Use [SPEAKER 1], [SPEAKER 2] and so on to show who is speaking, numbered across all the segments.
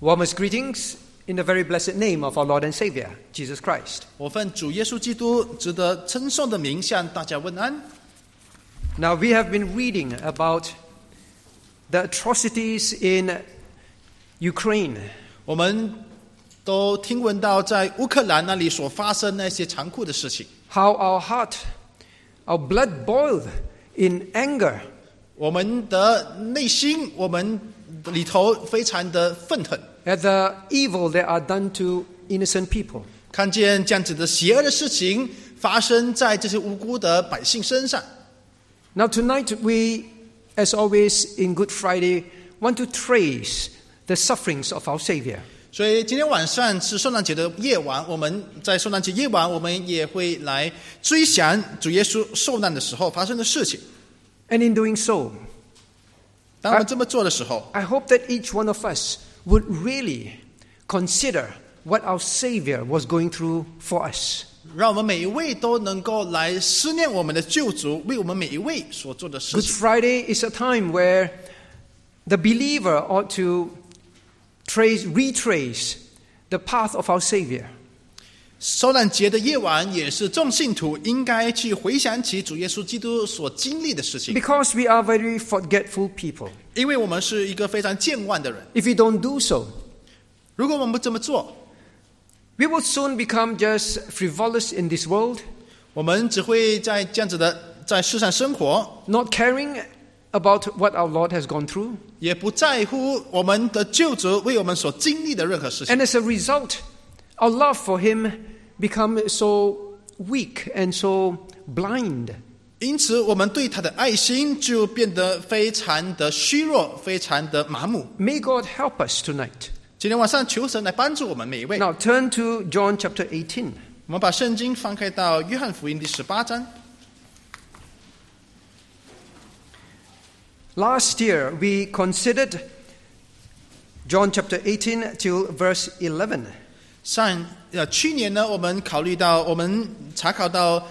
[SPEAKER 1] Warmest greetings in the very blessed name of our Lord and Savior, Jesus Christ.
[SPEAKER 2] 我奉主耶稣基督值得称颂的名向大家问安。
[SPEAKER 1] Now, we have been reading about the atrocities in Ukraine,
[SPEAKER 2] 我们都听闻到在乌克兰那里所发生那些残酷的事情，
[SPEAKER 1] how our heart, our blood boiled in anger
[SPEAKER 2] 我们的内心，我们里头非常的愤恨，
[SPEAKER 1] at the evil that are done to innocent people.
[SPEAKER 2] 看见这样子的邪恶的事情发生在这些无辜的百姓身上。
[SPEAKER 1] Now, tonight, we, as always in Good Friday, want to trace the sufferings of our Savior.
[SPEAKER 2] 所以今天晚上是圣诞节的夜晚，我们在圣诞节夜晚，我们也会来追想主耶稣受难的时候发生的事情。
[SPEAKER 1] And in doing so,
[SPEAKER 2] 当我们这么做的时候，
[SPEAKER 1] I hope that each one of us would really consider what our Savior was going through for us.
[SPEAKER 2] 让我们每一位都能够来思念我们的救主为我们每一位所做的事
[SPEAKER 1] Good
[SPEAKER 2] 情。
[SPEAKER 1] Friday is a time where the believer ought to trace, retrace the path of our Savior.
[SPEAKER 2] 受难节的夜晚也是众信徒应该去回想起主耶稣基督所经历的事情，
[SPEAKER 1] Because we are very forgetful people.
[SPEAKER 2] 因为我们是一个非常健忘的人。
[SPEAKER 1] If we don't do so,
[SPEAKER 2] 如果我们不这么做，
[SPEAKER 1] we will soon become just frivolous in this world,
[SPEAKER 2] 我们只会在这样子的在世上生活，
[SPEAKER 1] not caring about what our Lord has gone through.
[SPEAKER 2] 也不在乎我们的救主为我们所经历的任何事情。
[SPEAKER 1] And as a result, our love for him becomes so weak and so blind.
[SPEAKER 2] 因此，我们对他的爱心就变得非常的虚弱，非常的麻木。
[SPEAKER 1] May God help us tonight.
[SPEAKER 2] 今天晚上，求神来帮助我们每一位。
[SPEAKER 1] Now turn to John chapter 18.
[SPEAKER 2] 我们把圣经翻开到约翰福音第十八章。
[SPEAKER 1] Last year we considered John chapter 18 till verse 11.
[SPEAKER 2] 上呃，去年呢，我们考虑到，我们查考到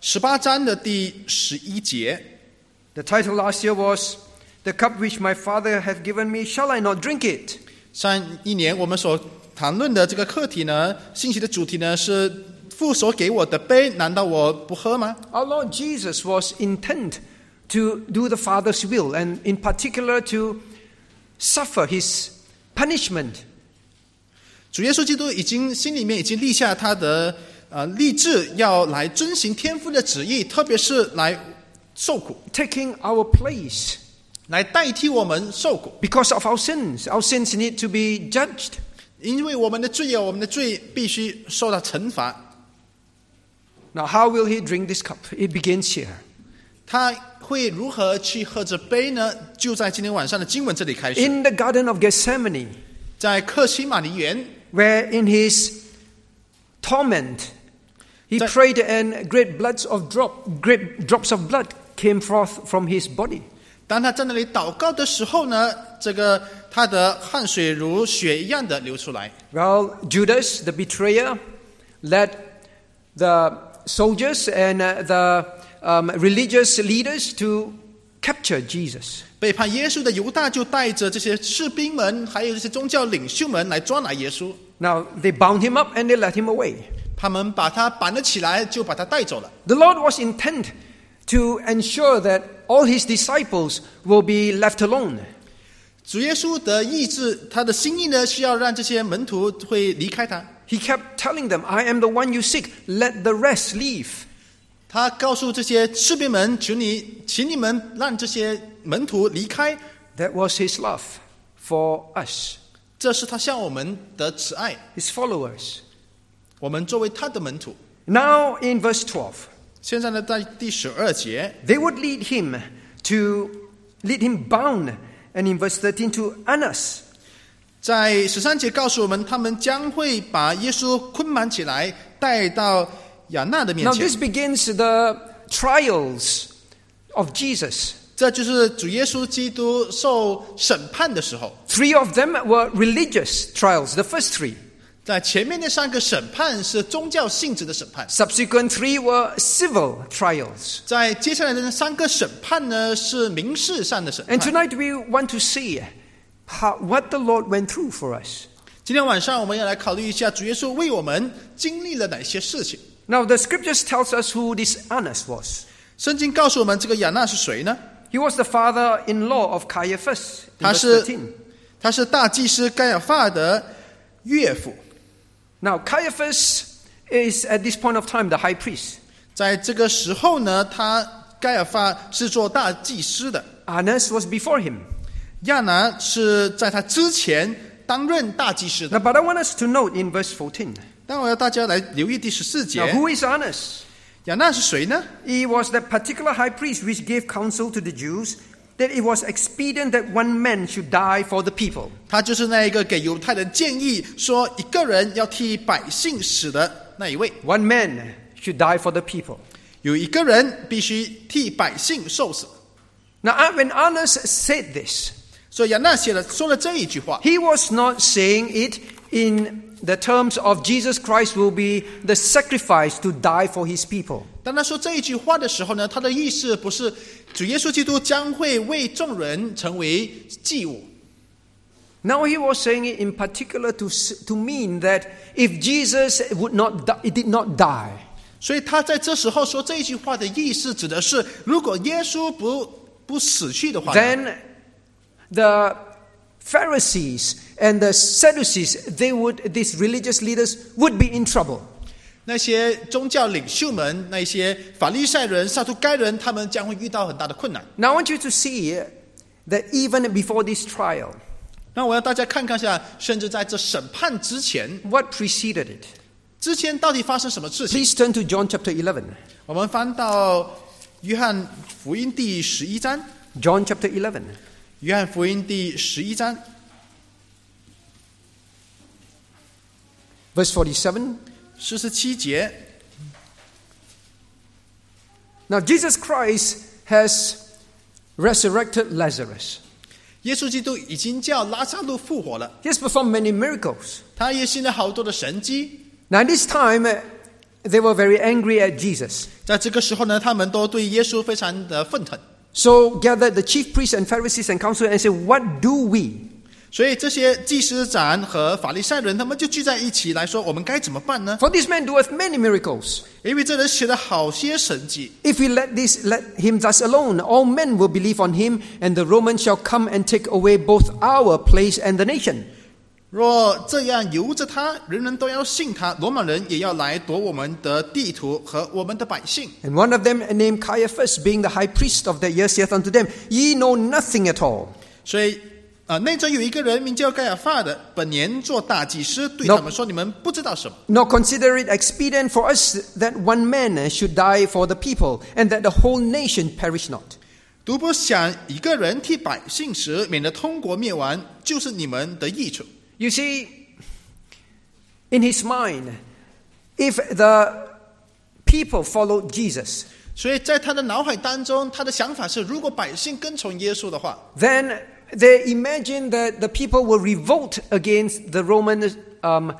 [SPEAKER 2] 十八章的第十一节，
[SPEAKER 1] The title last year was The cup which my father hath given me, shall I not drink it?
[SPEAKER 2] 上一年我们所谈论的这个课题呢，信息的主题呢是父所给我的杯，难道我不喝吗？
[SPEAKER 1] Our Lord Jesus was intent to do the Father's will, and in particular to suffer his punishment.
[SPEAKER 2] 主耶稣基督已经心里面已经立下他的呃立志，要来遵行天父的旨意，特别是来受苦，
[SPEAKER 1] taking our place
[SPEAKER 2] 来代替我们受苦，
[SPEAKER 1] because of our sins. Our sins need to be judged.
[SPEAKER 2] 因为我们的罪有我们的罪必须受到惩罚。
[SPEAKER 1] Now, how will he drink this cup? It begins here.
[SPEAKER 2] 他会如何去喝这杯呢？就在今天晚上的经文这里开始，
[SPEAKER 1] In the Garden of Gethsemane,
[SPEAKER 2] 在克西马尼园，
[SPEAKER 1] where in his torment, he
[SPEAKER 2] That-
[SPEAKER 1] prayed and great bloods of drop, great drops of blood came forth from his body.
[SPEAKER 2] 当他在那里祷告的时候呢，这个他的汗水如血一样的流出来。
[SPEAKER 1] Well, Judas, the betrayer, led the soldiers and uh, the um, religious leaders to capture Jesus.
[SPEAKER 2] 背叛耶稣的犹大就带着这些士兵们，还有这些宗教领袖们来抓拿耶稣，
[SPEAKER 1] Now they bound him up and they let him away.
[SPEAKER 2] 他们把他绑了起来，就把他带走了。
[SPEAKER 1] The Lord was intent to ensure that all his disciples will be left alone.
[SPEAKER 2] 主耶稣的意志，他的心意呢，是要让这些门徒会离开他。
[SPEAKER 1] He kept telling them, I am the one you seek, let the rest leave.
[SPEAKER 2] 他告诉这些士兵们：“求你，请你们让这些门徒离开。
[SPEAKER 1] That was his love for us, ”
[SPEAKER 2] 这是他向我们的慈爱。
[SPEAKER 1] his followers.
[SPEAKER 2] 我们作为他的门徒。
[SPEAKER 1] Now in verse 12,
[SPEAKER 2] 现在呢，在第十二节，
[SPEAKER 1] they would lead him to lead him bound, and in verse 13 to Annas.
[SPEAKER 2] 在十三节告诉我们，他们将会把耶稣捆绑起来，带到亚娜的面
[SPEAKER 1] Now
[SPEAKER 2] 前
[SPEAKER 1] this。begins the trials of Jesus.
[SPEAKER 2] 这就是主耶稣基督受审判的时候。
[SPEAKER 1] Three of them were religious trials, the first three.
[SPEAKER 2] 在前面那三个审判是宗教性质的审判，
[SPEAKER 1] Subsequent three were civil trials.
[SPEAKER 2] 在接下来的三个审判呢是民事上的审
[SPEAKER 1] And
[SPEAKER 2] 判。
[SPEAKER 1] tonight we want to see how, what the Lord went through for us.
[SPEAKER 2] 今天晚上我们要来考虑一下主耶稣为我们经历了哪些事情。
[SPEAKER 1] Now, the scriptures tells us who this Annas was.
[SPEAKER 2] 圣经告诉我们，这个亚纳是谁呢？
[SPEAKER 1] He was the father-in-law of Caiaphas in
[SPEAKER 2] 他
[SPEAKER 1] verse
[SPEAKER 2] 是
[SPEAKER 1] 13.
[SPEAKER 2] 他是大祭司盖亚法的岳父，
[SPEAKER 1] Now, Caiaphas is at this point of time the high priest.
[SPEAKER 2] 在这个时候呢，他盖亚法是做大祭司的，
[SPEAKER 1] Annas was before him.
[SPEAKER 2] 亚拿是在他之前担任大祭司的。
[SPEAKER 1] Now, but I want us to note in verse 14.
[SPEAKER 2] 但我要大家来留意第十四节
[SPEAKER 1] Now,，who is Annas?
[SPEAKER 2] 亚纳是谁呢？
[SPEAKER 1] He was that particular high priest which gave counsel to the Jews that it was expedient that one man should die for the people.
[SPEAKER 2] 他就是那一个给犹太人建议说一个人要替百姓死的那一位，
[SPEAKER 1] One man should die for the people.
[SPEAKER 2] 有一个人必须替百姓受死。
[SPEAKER 1] Now, uh, when Annas said this,
[SPEAKER 2] 所以亚纳写了说了这一句话，
[SPEAKER 1] he was not saying it in the terms of Jesus Christ will be the sacrifice to die for his people.
[SPEAKER 2] 当他说这一句话的时候呢，他的意思不是主耶稣基督将会为众人成为祭物，
[SPEAKER 1] Now, he was saying it in particular to, s- to mean that if Jesus would not die, did not die,
[SPEAKER 2] 所以他在这时候说这一句话的意思指的是，如果耶稣不不死去的话呢，
[SPEAKER 1] then the Pharisees and the Sadducees, they would, these religious leaders would be in trouble.
[SPEAKER 2] 那些宗教领袖们、那些法利赛人、撒都该人，他们将会遇到很大的困难。
[SPEAKER 1] Now I want you to see that even before this trial,
[SPEAKER 2] 那我要大家看看一下，甚至在这审判之前，
[SPEAKER 1] what preceded it.
[SPEAKER 2] 之前到底发生什么事情？
[SPEAKER 1] Please turn to John chapter 11.
[SPEAKER 2] 我们翻到约翰福音第十一章，
[SPEAKER 1] John chapter 11.
[SPEAKER 2] 约翰福音第十一章
[SPEAKER 1] Verse 47.
[SPEAKER 2] 四十七节。
[SPEAKER 1] Now Jesus Christ has resurrected Lazarus.
[SPEAKER 2] 耶稣基督已经叫拉萨路复活了，
[SPEAKER 1] He has performed many miracles.
[SPEAKER 2] 他也行了好多的神迹。
[SPEAKER 1] Now at this time, uh, they were very angry at Jesus.
[SPEAKER 2] 在这个时候呢，他们都对耶稣非常的愤腾，
[SPEAKER 1] So gathered the chief priests and Pharisees and council and said, What do we?
[SPEAKER 2] 所以这些祭司长和法利赛人他们就聚在一起来说：“我们该怎么办呢？
[SPEAKER 1] For this man doeth many miracles.
[SPEAKER 2] 因为这人写了好些神迹，
[SPEAKER 1] If we let this let him thus alone, all men will believe on him, and the Romans shall come and take away both our place and the nation.
[SPEAKER 2] 若这样由着他，人人都要信他，罗马人也要来夺我们的地图和我们的百姓。
[SPEAKER 1] And one of them named Caiaphas, being the high priest of that year, saith unto them, Ye know nothing at all. ”
[SPEAKER 2] 所以，呃，内中有一个人名叫盖亚法的，本年做大祭司，对
[SPEAKER 1] No.
[SPEAKER 2] 他们说：“你们不知道什么。
[SPEAKER 1] Nor consider it expedient for us that one man should die for the people, and that the whole nation perish not.
[SPEAKER 2] 独不想一个人替百姓死，免得通国灭亡，就是你们的益处。
[SPEAKER 1] You see, in his mind, if the people followed Jesus, ”
[SPEAKER 2] 所以，在他的脑海当中，他的想法是：如果百姓跟从耶稣的话，
[SPEAKER 1] then they imagined that the people will revolt against the Roman um,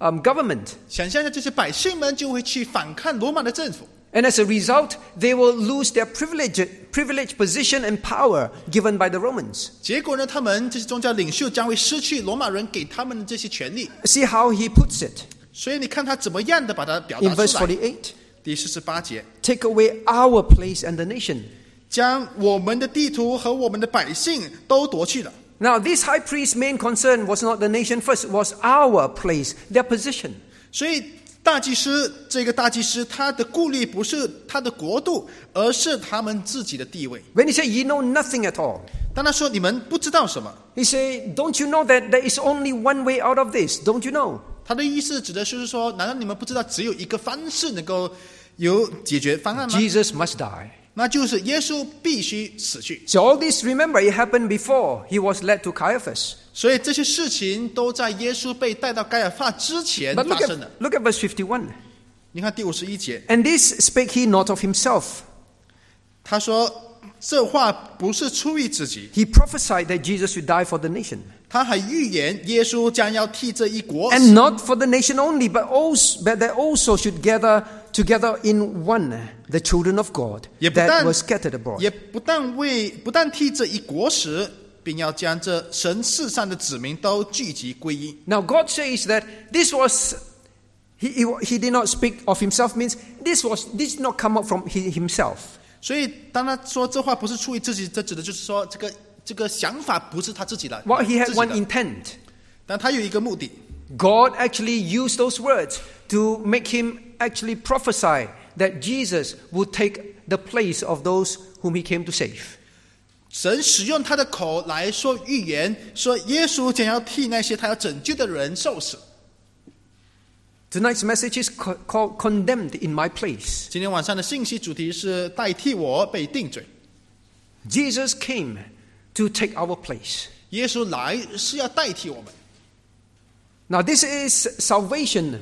[SPEAKER 1] um, government.
[SPEAKER 2] 想象一下，这些百姓们就会去反抗罗马的政府，
[SPEAKER 1] And as a result, they will lose their privilege, privileged position and power given by the Romans.
[SPEAKER 2] 结果呢，他们这些宗教领袖将会失去罗马人给他们的这些权利。
[SPEAKER 1] See how he puts it
[SPEAKER 2] 所以你看他怎么样的把它表
[SPEAKER 1] in
[SPEAKER 2] 达
[SPEAKER 1] verse
[SPEAKER 2] 出来。
[SPEAKER 1] 48
[SPEAKER 2] 第四十八节，
[SPEAKER 1] take away our place and the nation.
[SPEAKER 2] 将我们的地图和我们的百姓都夺去了。
[SPEAKER 1] Now, this high priest's main concern was not the nation first, it was our place, their position.
[SPEAKER 2] 所以大祭司这个大祭司，他的顾虑不是他的国度，而是他们自己的地位。
[SPEAKER 1] When he said, Ye know nothing at all,
[SPEAKER 2] 当他说你们不知道什么，
[SPEAKER 1] he said, Don't you know that there is only one way out of this? Don't you know?
[SPEAKER 2] 他的意思指的就是说，难道你们不知道只有一个方式能够有解决方案吗？
[SPEAKER 1] Jesus must die.
[SPEAKER 2] 那就是耶稣必须死去。
[SPEAKER 1] So all this, remember, it happened before he was led to Caiaphas.
[SPEAKER 2] 所以这些事情都在耶稣被带到盖亚法之前
[SPEAKER 1] But
[SPEAKER 2] 发
[SPEAKER 1] look
[SPEAKER 2] 生的。
[SPEAKER 1] at, look at verse 51.
[SPEAKER 2] 你看第五十一节，
[SPEAKER 1] And this spake he not of himself.
[SPEAKER 2] 他说这话不是出于自己，
[SPEAKER 1] He prophesied that Jesus should die for the nation.
[SPEAKER 2] 他还预言耶稣将要替这一国
[SPEAKER 1] And not for the nation only, but also but they also should gather together in one the children of God
[SPEAKER 2] 也不
[SPEAKER 1] that
[SPEAKER 2] 但
[SPEAKER 1] were scattered abroad.
[SPEAKER 2] 也不但为不但替这一国时，并要将这神世上的子民都聚集归一。
[SPEAKER 1] Now, God says that this was, he, he, he did not speak of himself, means this was, this did not come up from he, himself.
[SPEAKER 2] 所以，当他说这话不是出于自己，这指的就是说，这个这个想法不是他自己的。
[SPEAKER 1] Well, he
[SPEAKER 2] 自
[SPEAKER 1] had
[SPEAKER 2] 己
[SPEAKER 1] one
[SPEAKER 2] 的
[SPEAKER 1] intent.
[SPEAKER 2] 但他有一个目的，
[SPEAKER 1] God actually used those words to make him actually prophesy that Jesus would take the place of those whom he came to save.
[SPEAKER 2] 神使用他的口来说预言，说耶稣将要替那些他要拯救的人受死。
[SPEAKER 1] Tonight's message is co- called Condemned in My Place.
[SPEAKER 2] 今天晚上的信息主题是代替我被定罪。
[SPEAKER 1] Jesus came to take our place.
[SPEAKER 2] 耶稣来是要代替我们，
[SPEAKER 1] Now, this is salvation,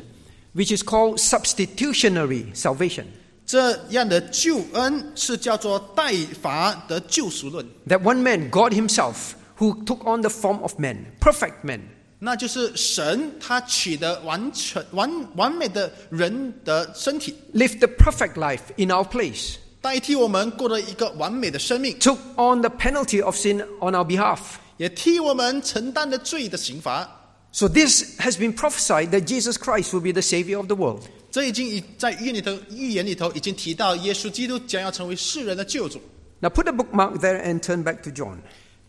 [SPEAKER 1] which is called substitutionary salvation.
[SPEAKER 2] 这样的救恩是叫做代罚的救赎论，
[SPEAKER 1] That one man, God Himself, who took on the form of man, perfect man,
[SPEAKER 2] 那就是神他取得完全完完美的人的身体，
[SPEAKER 1] lived the perfect life in our place,
[SPEAKER 2] 代替我们过了一个完美的生命，
[SPEAKER 1] took on the penalty of sin on our behalf.
[SPEAKER 2] 也替我们承担了罪的刑罚。
[SPEAKER 1] So this has been prophesied that Jesus Christ will be the savior of the world.
[SPEAKER 2] 这已经已在预言里头，预言里头已经提到，耶稣基督将要成为世人的救主。
[SPEAKER 1] Now put a bookmark there and turn back to John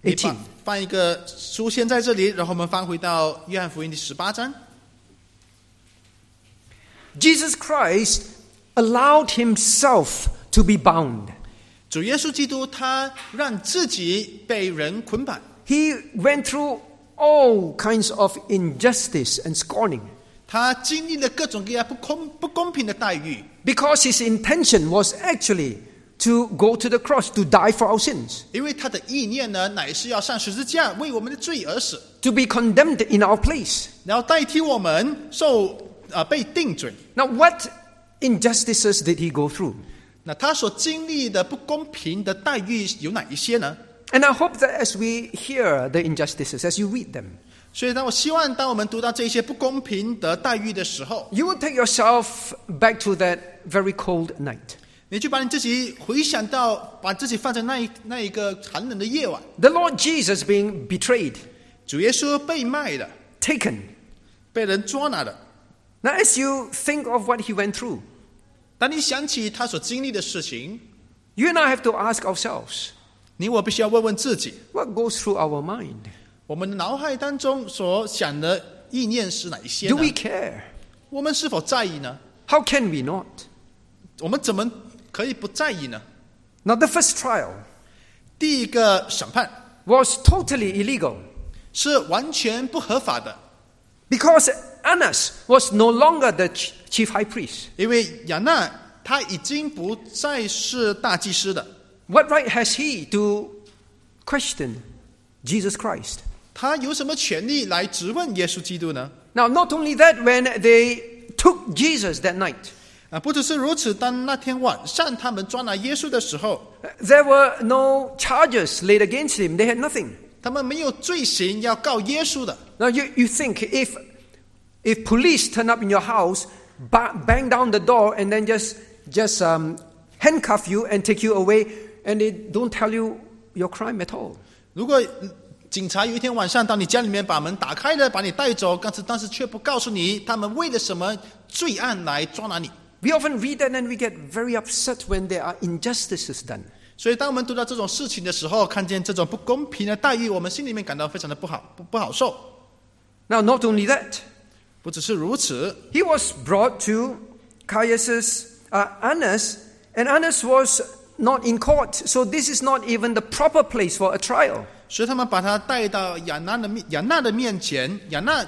[SPEAKER 2] 你把
[SPEAKER 1] 18.
[SPEAKER 2] 放一个书先在这里，然后我们翻回到约翰福音第十八章。
[SPEAKER 1] Jesus Christ allowed himself to be bound.
[SPEAKER 2] 主耶稣基督他让自己被人捆绑，
[SPEAKER 1] He went through all kinds of injustice and scorning
[SPEAKER 2] 他经历了各种各样不公不公平的待遇，
[SPEAKER 1] because his intention was actually to go to the cross to die for our sins,
[SPEAKER 2] 因为他的意念呢乃是要上十字架为我们的罪而死，
[SPEAKER 1] to be condemned in our place.
[SPEAKER 2] 然后代替我们受啊、呃被定罪。
[SPEAKER 1] Now what injustices did he go through?
[SPEAKER 2] 那他所经历的不公平的待遇有哪一些呢？
[SPEAKER 1] And I hope that as we hear the injustices, as you read them,
[SPEAKER 2] 所以，当我希望当我们读到这些不公平的待遇的时候，
[SPEAKER 1] You will take yourself back to that very cold night.
[SPEAKER 2] 你就把你自己回想到，把自己放在那一那一个寒冷的夜晚，
[SPEAKER 1] The Lord Jesus being betrayed,
[SPEAKER 2] 主耶稣被卖了，
[SPEAKER 1] taken.
[SPEAKER 2] 被人捉拿了。
[SPEAKER 1] Now, as you think of what he went through,
[SPEAKER 2] 当你想起他所经历的事情，
[SPEAKER 1] you and I have to ask ourselves
[SPEAKER 2] 你我必须要问问自己，
[SPEAKER 1] what goes through our mind?
[SPEAKER 2] 我们的脑海当中所想的意念是哪一些
[SPEAKER 1] Do
[SPEAKER 2] 呢？
[SPEAKER 1] we care?
[SPEAKER 2] 我们是否在意呢？
[SPEAKER 1] How can we not?
[SPEAKER 2] 我们怎么可以不在意呢？
[SPEAKER 1] Now, the first trial
[SPEAKER 2] 第一个审判
[SPEAKER 1] was totally illegal
[SPEAKER 2] 是完全不合法的，
[SPEAKER 1] because Annas was no longer the ch- chief high priest.
[SPEAKER 2] 因为亚娜他已经不再是大祭司了，
[SPEAKER 1] What right has he to question Jesus Christ?
[SPEAKER 2] 他有什么权利来质问耶稣基督呢？
[SPEAKER 1] Now, not only that, when they took Jesus that night,
[SPEAKER 2] 啊，不只是如此，当那天晚上他们抓拿耶稣的时候，
[SPEAKER 1] There were no charges laid against him. They had nothing.
[SPEAKER 2] 他们没有罪行要告耶稣的。
[SPEAKER 1] Now you, you think if if police turn up in your house, ba- bang down the door, and then just just um, handcuff you and take you away, and they don't tell you your crime at all.
[SPEAKER 2] 如果嗯警察有一天晚上到你家里面把门打开了，把你带走，但是但是却不告诉你他们为了什么罪案来抓拿你。
[SPEAKER 1] We often read that and we get very upset when there are injustices done.
[SPEAKER 2] 所以，当我们读到这种事情的时候，看见这种不公平的待遇，我们心里面感到非常的不好，不不好受。
[SPEAKER 1] Now, not only that,
[SPEAKER 2] 不只是如此，
[SPEAKER 1] he was brought to Caiaphas uh, Annas, and Annas was not in court, so this is not even the proper place for a trial.
[SPEAKER 2] 所以他们把他带到亚娜的面亚娜的面前。亚娜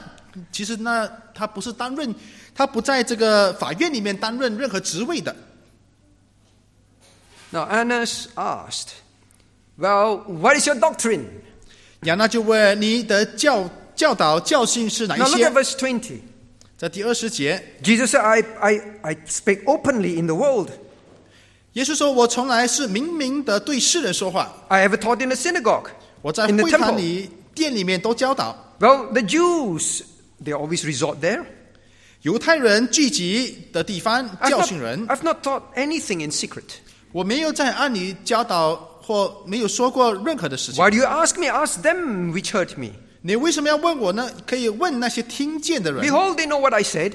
[SPEAKER 2] 其实那他不是担任，他不在这个法院里面担任任何职位的。
[SPEAKER 1] Now, Annas asked, Well, what is your doctrine?
[SPEAKER 2] 亚娜就问你的教教导教训是哪
[SPEAKER 1] Now,
[SPEAKER 2] 一
[SPEAKER 1] look at
[SPEAKER 2] 些？
[SPEAKER 1] verse 20.
[SPEAKER 2] 在第二十节，
[SPEAKER 1] Jesus said, I, I, I spake openly in the world.
[SPEAKER 2] 耶稣说：“我从来是明明的对世人说话，
[SPEAKER 1] I have taught in the synagogue,
[SPEAKER 2] 我在
[SPEAKER 1] in the
[SPEAKER 2] 会堂
[SPEAKER 1] temple.
[SPEAKER 2] 里、店里面都教导
[SPEAKER 1] Well, the Jews, they always resort there.
[SPEAKER 2] 犹太人聚集的地方
[SPEAKER 1] I've
[SPEAKER 2] 教
[SPEAKER 1] not,
[SPEAKER 2] 训人。
[SPEAKER 1] I've not taught anything in secret.
[SPEAKER 2] 我没有在暗里教导或没有说过任何的事情。
[SPEAKER 1] Why do you ask me? Ask them which hurt me.
[SPEAKER 2] 你为什么要问我呢？可以问那些听见的人，
[SPEAKER 1] Behold, they know what I said.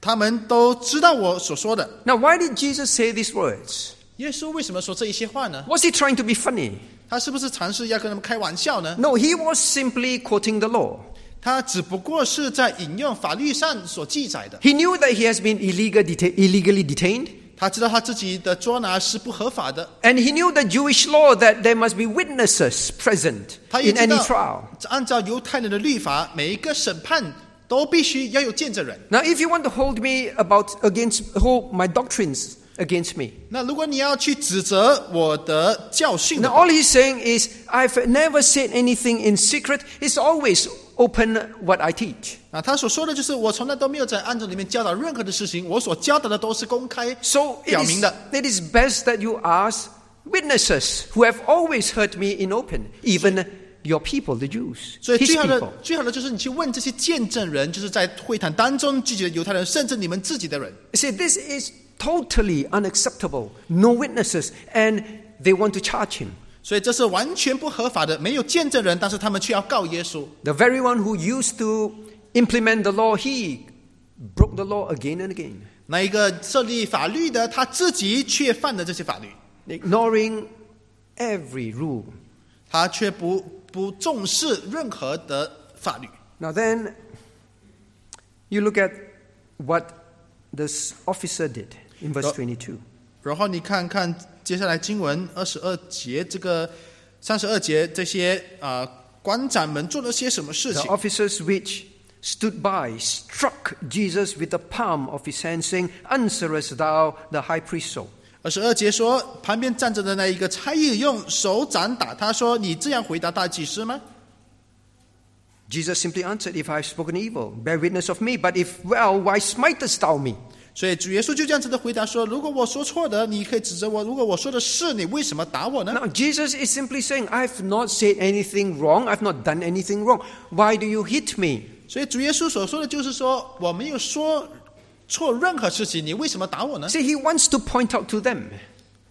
[SPEAKER 2] 他们都知道我所说的。
[SPEAKER 1] Now, why did Jesus say these words?
[SPEAKER 2] 耶稣为什么说这一些话呢？
[SPEAKER 1] Was he trying to be funny?
[SPEAKER 2] 他是不是尝试要跟他们开玩笑呢？
[SPEAKER 1] No, he was simply quoting the law.
[SPEAKER 2] 他只不过是在引用法律上所记载的。
[SPEAKER 1] He knew that he has been illegal deta- illegally detained,
[SPEAKER 2] 他知道他自己的捉拿是不合法的，
[SPEAKER 1] and he knew the Jewish law that there must be witnesses present
[SPEAKER 2] 他也
[SPEAKER 1] in
[SPEAKER 2] 知
[SPEAKER 1] any
[SPEAKER 2] 道
[SPEAKER 1] trial.
[SPEAKER 2] 按照犹太人的律法，每一个审判都必须要有见证人。
[SPEAKER 1] Now, if you want to hold me about against hold my doctrines against me,
[SPEAKER 2] 那如果你要去指责我的教训的
[SPEAKER 1] now
[SPEAKER 2] 话
[SPEAKER 1] all he's saying is I've never said anything in secret. It's always open what I teach.
[SPEAKER 2] 啊，他所说的就是我从来都没有在暗中里面教导任何的事情，我所教导的都是公开
[SPEAKER 1] So it
[SPEAKER 2] 表
[SPEAKER 1] is,
[SPEAKER 2] 明的。
[SPEAKER 1] it is best that you ask witnesses who have always heard me in open, even your people, the Jews,
[SPEAKER 2] 所以
[SPEAKER 1] his
[SPEAKER 2] 最好的
[SPEAKER 1] people.
[SPEAKER 2] 最好的就是你去问这些见证人，就是在会谈当中聚集的犹太人，甚至你们自己的人。
[SPEAKER 1] You see, this is totally unacceptable. No witnesses, and they want to charge him.
[SPEAKER 2] 所以这是完全不合法的，没有见证人，但是他们却要告耶稣。
[SPEAKER 1] The very one who used to implement the law, he broke the law again and again,
[SPEAKER 2] 那一个设立法律的，他自己却犯了这些法律，
[SPEAKER 1] ignoring every rule.
[SPEAKER 2] 他却不不重视任何的法律。
[SPEAKER 1] Now then, you look at what this officer did in verse
[SPEAKER 2] Now-
[SPEAKER 1] 22.
[SPEAKER 2] 然后你看看接下来经文二十二节这个三十二节这些啊、呃官长们做了些什么事
[SPEAKER 1] The
[SPEAKER 2] 情？
[SPEAKER 1] officers which stood by struck Jesus with the palm of his hand, saying, Answerest thou the high priest so?
[SPEAKER 2] 二十二节说，旁边站着的那一个差役用手掌打他说：“你这样回答大祭司吗
[SPEAKER 1] Jesus simply answered, If I have spoken evil, bear witness of me, but if well, why smitest thou me? ？”
[SPEAKER 2] 所以主耶稣就这样子的回答说：“如果我说错的，你可以指责我；如果我说的是，你为什么打我呢
[SPEAKER 1] Now, Jesus is simply saying, I've not said anything wrong, I've not done anything wrong. Why do you hit me? ？”
[SPEAKER 2] 所以主耶稣所说的就是说：“我没有说错任何事情，你为什么打我呢
[SPEAKER 1] See, he wants to point out to them.？”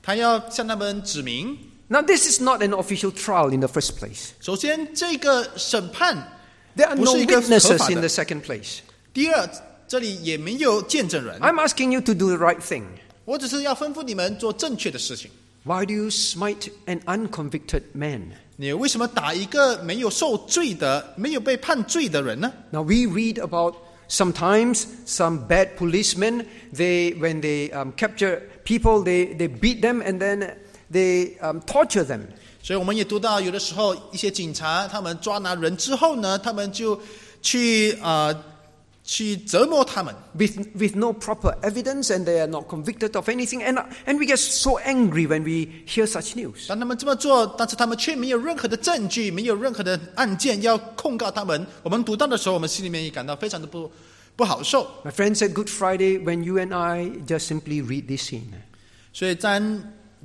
[SPEAKER 2] 他要向他们指明，
[SPEAKER 1] Now, this is not an official trial in the first place.
[SPEAKER 2] 首先这个审判
[SPEAKER 1] There are no
[SPEAKER 2] 不是一个合法的。
[SPEAKER 1] witnesses in the second place.
[SPEAKER 2] 第二，这里也没有见证人，
[SPEAKER 1] I'm asking you to do the right thing.
[SPEAKER 2] 我只是要吩咐你们做正确的事情。
[SPEAKER 1] Why do you smite an unconvicted man?
[SPEAKER 2] 你为什么打一个没有受罪的、没有被判罪的人呢？
[SPEAKER 1] Now we read about sometimes some bad policemen. They when they um, capture people, they, they beat them and then they um, torture them.
[SPEAKER 2] 所以我们也读到，有的时候一些警察他们抓拿人之后呢，他们就去啊、呃去折磨他们，
[SPEAKER 1] With, with no proper evidence and they are not convicted of anything and, and we get so angry when we hear such news
[SPEAKER 2] 当他们这么做，但是他们却没有任何的证据，没有任何的案件要控告他们。我们读到的时候，我们心里面也感到非常的不不好受。
[SPEAKER 1] my friends at good friday when you and i just simply read this scene
[SPEAKER 2] 所以在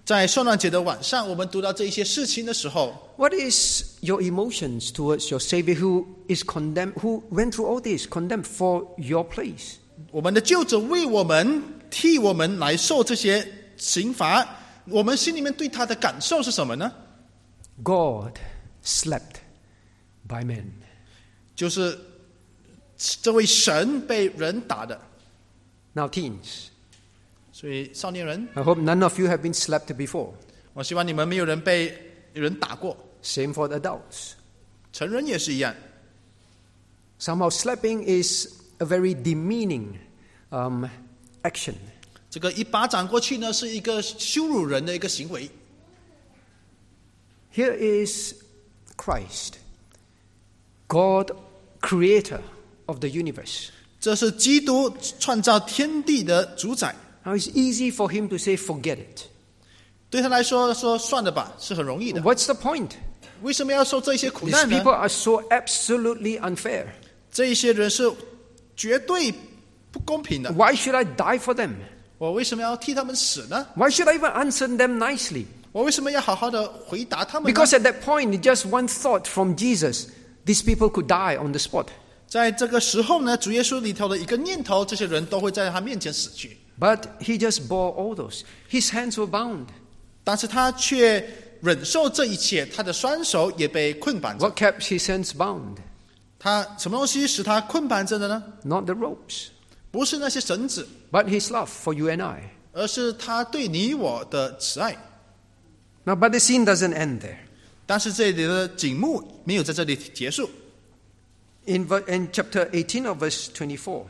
[SPEAKER 2] 在圣诞节的晚上，我们读到这一些事情的时候，
[SPEAKER 1] what is your emotions towards your savior who is condemned who went through all this condemned for your place
[SPEAKER 2] 我们的救主为我们替我们来受这些刑罚，我们心里面对他的感受是什么呢？
[SPEAKER 1] god slept by men
[SPEAKER 2] 就是这位神被人打的，
[SPEAKER 1] Now, teens,
[SPEAKER 2] 所以少年人，
[SPEAKER 1] I hope none of you have been slapped before.
[SPEAKER 2] 我希望你们没有人被人打过，
[SPEAKER 1] Same for the adults.
[SPEAKER 2] 成人也是一样。
[SPEAKER 1] Somehow, slapping is a very demeaning um, action.
[SPEAKER 2] 这个一巴掌过去呢，是一个羞辱人的一个行为。
[SPEAKER 1] Here is Christ, God, creator of the universe.
[SPEAKER 2] 这是基督创造天地的主宰，
[SPEAKER 1] Now, it's easy for him to say, forget it.
[SPEAKER 2] 对他来说说算了吧，是很容易的。
[SPEAKER 1] What's the point?
[SPEAKER 2] 为什么要受这些苦
[SPEAKER 1] These
[SPEAKER 2] 难呢
[SPEAKER 1] people？are so absolutely unfair.
[SPEAKER 2] 这一些人是绝对不公平的。
[SPEAKER 1] Why should I die for them?
[SPEAKER 2] 我为什么要替他们死呢？
[SPEAKER 1] Why should I even answer them nicely?
[SPEAKER 2] 我为什么要好好的回答他们呢
[SPEAKER 1] Because at that point, just one thought from Jesus, these people could die on the spot.
[SPEAKER 2] 在这个时候呢，主耶稣里头的一个念头，这些人都会在他面前死去，
[SPEAKER 1] But he just bore all those. His hands were bound.
[SPEAKER 2] 但是他却忍受这一切，他的双手也被捆绑着。
[SPEAKER 1] What kept his hands bound?
[SPEAKER 2] 他什么东西使他捆绑着的呢？
[SPEAKER 1] Not the ropes,
[SPEAKER 2] 不是那些绳子，
[SPEAKER 1] but his love for you and I.
[SPEAKER 2] 而是他对你我的慈爱。
[SPEAKER 1] Now, but the scene doesn't end there.
[SPEAKER 2] 但是这里的景幕没有在这里结束，
[SPEAKER 1] In, ver- in chapter 18 of verse 24.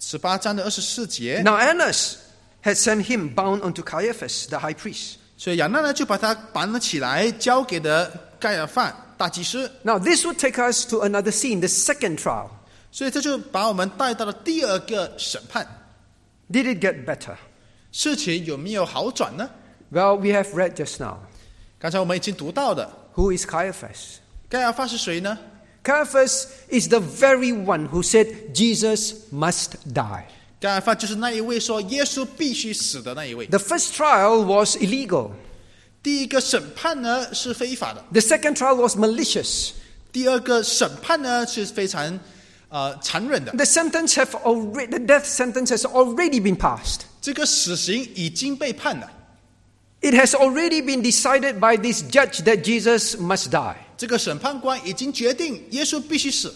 [SPEAKER 2] 十八章的二十四节，
[SPEAKER 1] Now Annas had sent him bound unto Caiaphas, the high priest.
[SPEAKER 2] 所以亚娜呢就把他绑了起来，交给了盖亚范大祭司。
[SPEAKER 1] Now this would take us to another scene, the second trial.
[SPEAKER 2] 所以这就把我们带到了第二个审判，
[SPEAKER 1] Did it get better?
[SPEAKER 2] 事情有没有好转呢？
[SPEAKER 1] Well, we have read just now.
[SPEAKER 2] 刚才我们已经读到的，
[SPEAKER 1] Who is Caiaphas?
[SPEAKER 2] 盖亚范是谁呢？
[SPEAKER 1] Caiaphas is the very one who said Jesus must die.
[SPEAKER 2] 盖亚范就是那一位说耶稣必须死的那一位。
[SPEAKER 1] The first trial was illegal.
[SPEAKER 2] 第一个审判呢是非法的，
[SPEAKER 1] The second trial was malicious.
[SPEAKER 2] 第二个审判呢是非常呃残忍的。
[SPEAKER 1] The sentence have already, the death sentence has already been passed.
[SPEAKER 2] 这个死刑已经被判了，
[SPEAKER 1] It has already been decided by this judge that Jesus must die.
[SPEAKER 2] 这个审判官已经决定耶稣必须死。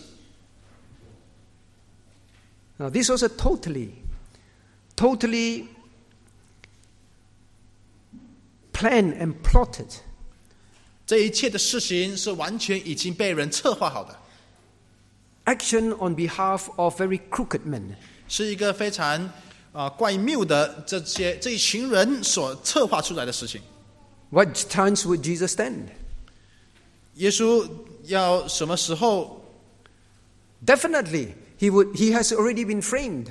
[SPEAKER 1] Now, this was a totally, totally planned and plotted.
[SPEAKER 2] 这一切的事情是完全已经被人策划好的，
[SPEAKER 1] Action on behalf of very crooked men.
[SPEAKER 2] 是一个非常啊、呃怪谬的这些这一群人所策划出来的事情。
[SPEAKER 1] What chance would Jesus stand?
[SPEAKER 2] 耶稣要什么时候？
[SPEAKER 1] Definitely, he, would, he has already been framed.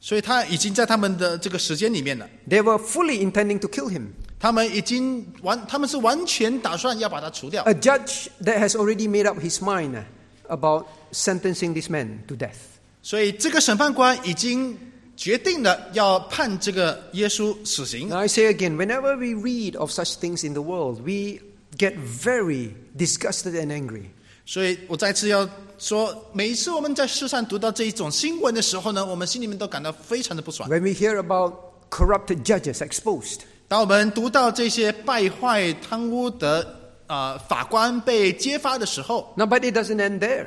[SPEAKER 2] 所以他已经在他们的这个时间里面了，
[SPEAKER 1] They were fully intending to kill him.
[SPEAKER 2] 他们已经完，他们是完全打算要把他除掉。
[SPEAKER 1] A judge that has already made up his mind about sentencing this man to death.
[SPEAKER 2] 所以这个审判官已经决定了要判这个耶稣死刑。
[SPEAKER 1] Now, I say again, whenever we read of such things in the world, we get very disgusted and angry.
[SPEAKER 2] 所以我再次要说，每一次我们在世上读到这一种新闻的时候呢，我们心里面都感到非常的不爽。
[SPEAKER 1] When we hear about corrupted judges exposed,
[SPEAKER 2] 当我们读到这些败坏、贪污的啊、呃法官被揭发的时候，
[SPEAKER 1] now but it doesn't end there.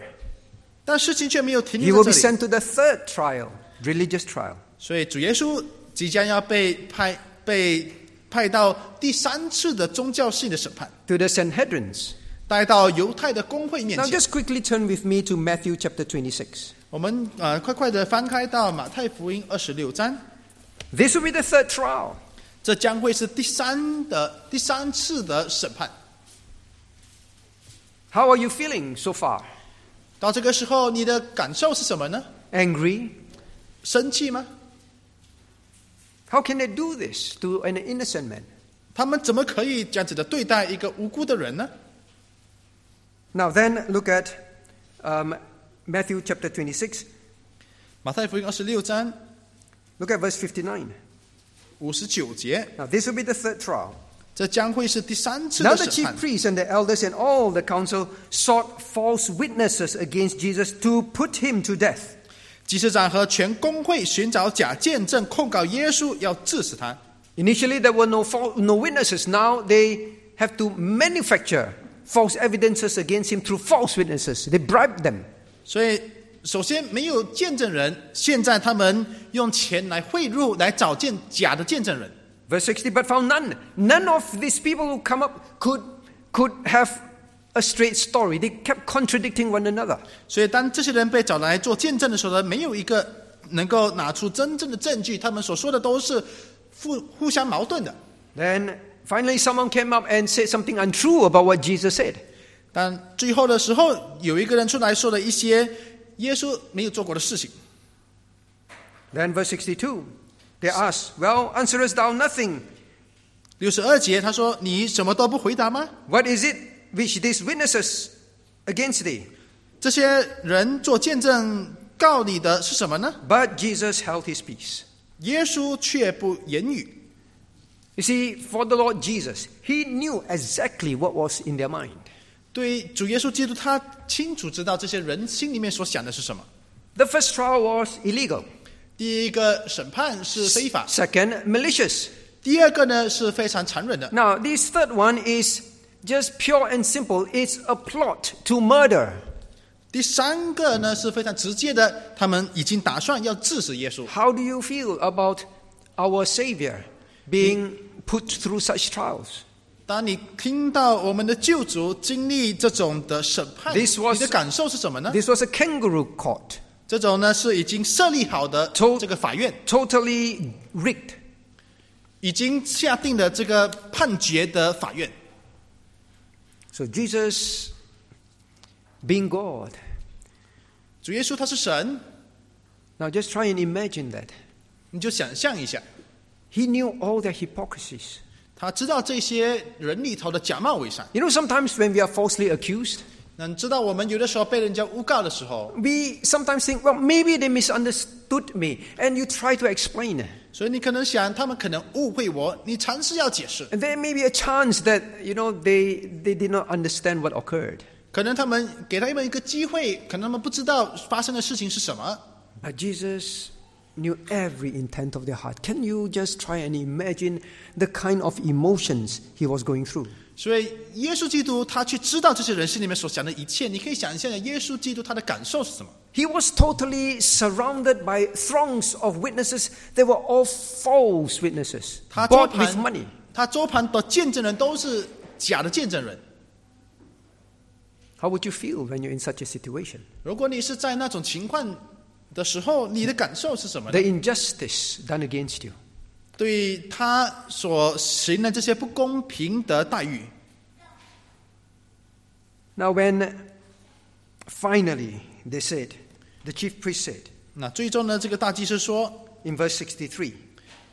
[SPEAKER 2] 但事情却没有停
[SPEAKER 1] He
[SPEAKER 2] 留
[SPEAKER 1] will be
[SPEAKER 2] 在这里。
[SPEAKER 1] sent to the third trial, religious trial.
[SPEAKER 2] 所以主耶稣即将要被派被派到第三次的宗教性的审判，
[SPEAKER 1] to the Sanhedrins.
[SPEAKER 2] 带到犹太的公会面
[SPEAKER 1] Now,
[SPEAKER 2] 前。
[SPEAKER 1] just quickly turn with me to Matthew chapter 26.
[SPEAKER 2] 我们呃快快的翻开到马太福音二十六章，
[SPEAKER 1] This will be the third trial.
[SPEAKER 2] 这将会是第三的第三次的审判。
[SPEAKER 1] How are you feeling so far?
[SPEAKER 2] 到这个时候，你的感受是什么呢？
[SPEAKER 1] Angry?
[SPEAKER 2] 生气吗？
[SPEAKER 1] How can they do this to an innocent man?
[SPEAKER 2] 他们怎么可以这样子的对待一个无辜的人呢？
[SPEAKER 1] Now, then look at um, Matthew chapter 26.
[SPEAKER 2] 马太福音二十六章
[SPEAKER 1] Look at verse 59.
[SPEAKER 2] 五十九节，
[SPEAKER 1] Now, this will be the third trial.
[SPEAKER 2] 这将会是第三次
[SPEAKER 1] Now,
[SPEAKER 2] 的
[SPEAKER 1] the
[SPEAKER 2] 审
[SPEAKER 1] chief
[SPEAKER 2] 判。
[SPEAKER 1] priests and the elders and all the council sought false witnesses against Jesus to put him to death.
[SPEAKER 2] 祭司长和全公会寻找假见证控告耶稣，要致死他。
[SPEAKER 1] Initially, there were no, fal- no witnesses. Now they have to manufacture false evidences against him through false witnesses. They bribed them.
[SPEAKER 2] 所以，首先没有见证人，现在他们用钱来贿赂，来找见假的见证人。
[SPEAKER 1] Verse 60, but found none. None of these people who come up could, could have a straight story. They kept contradicting one another.
[SPEAKER 2] 所以，当这些人被找来做见证的时候呢，没有一个能够拿出真正的证据，他们所说的都是互互相矛盾的。
[SPEAKER 1] Then finally, someone came up and said something untrue about what Jesus said.
[SPEAKER 2] 但最后的时候，有一个人出来说了一些耶稣没有做过的事情。
[SPEAKER 1] Then, verse 62, they asked, Well, answerest thou nothing?
[SPEAKER 2] 六十二节，他说：“你什么都不回答吗？
[SPEAKER 1] What is it which these witnesses against thee?
[SPEAKER 2] 这些人做见证告你的是什么呢
[SPEAKER 1] But Jesus held his peace.？”
[SPEAKER 2] 耶稣却不言语。
[SPEAKER 1] You see, for the Lord Jesus, he knew exactly what was in their mind.
[SPEAKER 2] 对主耶稣基督，他清楚知道这些人心里面所想的是什么。
[SPEAKER 1] The first trial was illegal.
[SPEAKER 2] 第一个审判是非法，
[SPEAKER 1] Second, malicious.
[SPEAKER 2] 第二个呢是非常残忍的。
[SPEAKER 1] Now, this third one is just pure and simple it's a plot to murder.
[SPEAKER 2] 第三个呢是非常直接的，他们已经打算要致死耶稣。
[SPEAKER 1] How do you feel about our Savior being put through such trials?
[SPEAKER 2] 当你听到我们的救主经历这种的审判
[SPEAKER 1] This was-
[SPEAKER 2] 你的感受是什么呢？
[SPEAKER 1] This was a kangaroo court,
[SPEAKER 2] 这种呢是已经设立好的
[SPEAKER 1] To-
[SPEAKER 2] 这个法院，
[SPEAKER 1] totally rigged.
[SPEAKER 2] 已经下定的这个判决的法院。
[SPEAKER 1] So, Jesus, being God,
[SPEAKER 2] 主耶稣他是神，
[SPEAKER 1] now just try and imagine that.
[SPEAKER 2] 你就想象一下，
[SPEAKER 1] He knew all their hypocrisies.
[SPEAKER 2] 他知道这些人里头的假冒伪善。
[SPEAKER 1] You know, sometimes when we are falsely accused,
[SPEAKER 2] 那你知道我们有的时候被人家诬告的时候，
[SPEAKER 1] we sometimes think, well, maybe they misunderstood me, and you try to explain.
[SPEAKER 2] 所以你可能想他们可能误会我，你尝试要解释，
[SPEAKER 1] And there may be a chance that, you know, they, they did not understand what occurred.
[SPEAKER 2] 可能他们给他们一个机会，可能他们不知道发生的事情是什么。
[SPEAKER 1] But Jesus knew every intent of their heart. Can you just try and imagine the kind of emotions he was going through?
[SPEAKER 2] 所以，耶稣基督他去知道这些人心里面所想的一切。你可以想象耶稣基督他的感受是什么？
[SPEAKER 1] He was totally surrounded by throngs of witnesses. They were all false witnesses,
[SPEAKER 2] 他周
[SPEAKER 1] bought with
[SPEAKER 2] 盘
[SPEAKER 1] money.，
[SPEAKER 2] 他周盘的见证人都是假的见证人。
[SPEAKER 1] How would you feel when you're in such a situation?
[SPEAKER 2] 如果你是在那种情况的时候，你的感受是什么呢？
[SPEAKER 1] The injustice done against you.
[SPEAKER 2] 对他所行的这些不公平的待遇，
[SPEAKER 1] Now, when finally they said, the chief priest said,
[SPEAKER 2] 那最终呢？这个大祭司说，
[SPEAKER 1] in verse 63,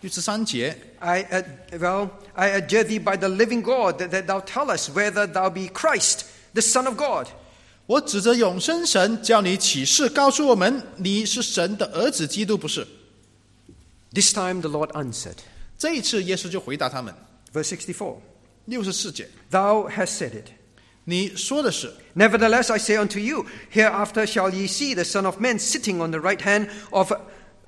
[SPEAKER 2] 第十三节，
[SPEAKER 1] I, uh, well, I adjure thee by the living God that, that thou tell us whether thou be Christ, the Son of God.
[SPEAKER 2] 我指着永生神，叫你起誓，告诉我们你是神的儿子基督，不是？
[SPEAKER 1] This time the Lord answered.
[SPEAKER 2] 这一次，耶稣就回答他们，
[SPEAKER 1] Verse 64
[SPEAKER 2] 六十四节，
[SPEAKER 1] Thou hast said it.
[SPEAKER 2] 你说的是。
[SPEAKER 1] Nevertheless, I say unto you, hereafter shall ye see the Son of Man sitting on the right hand of,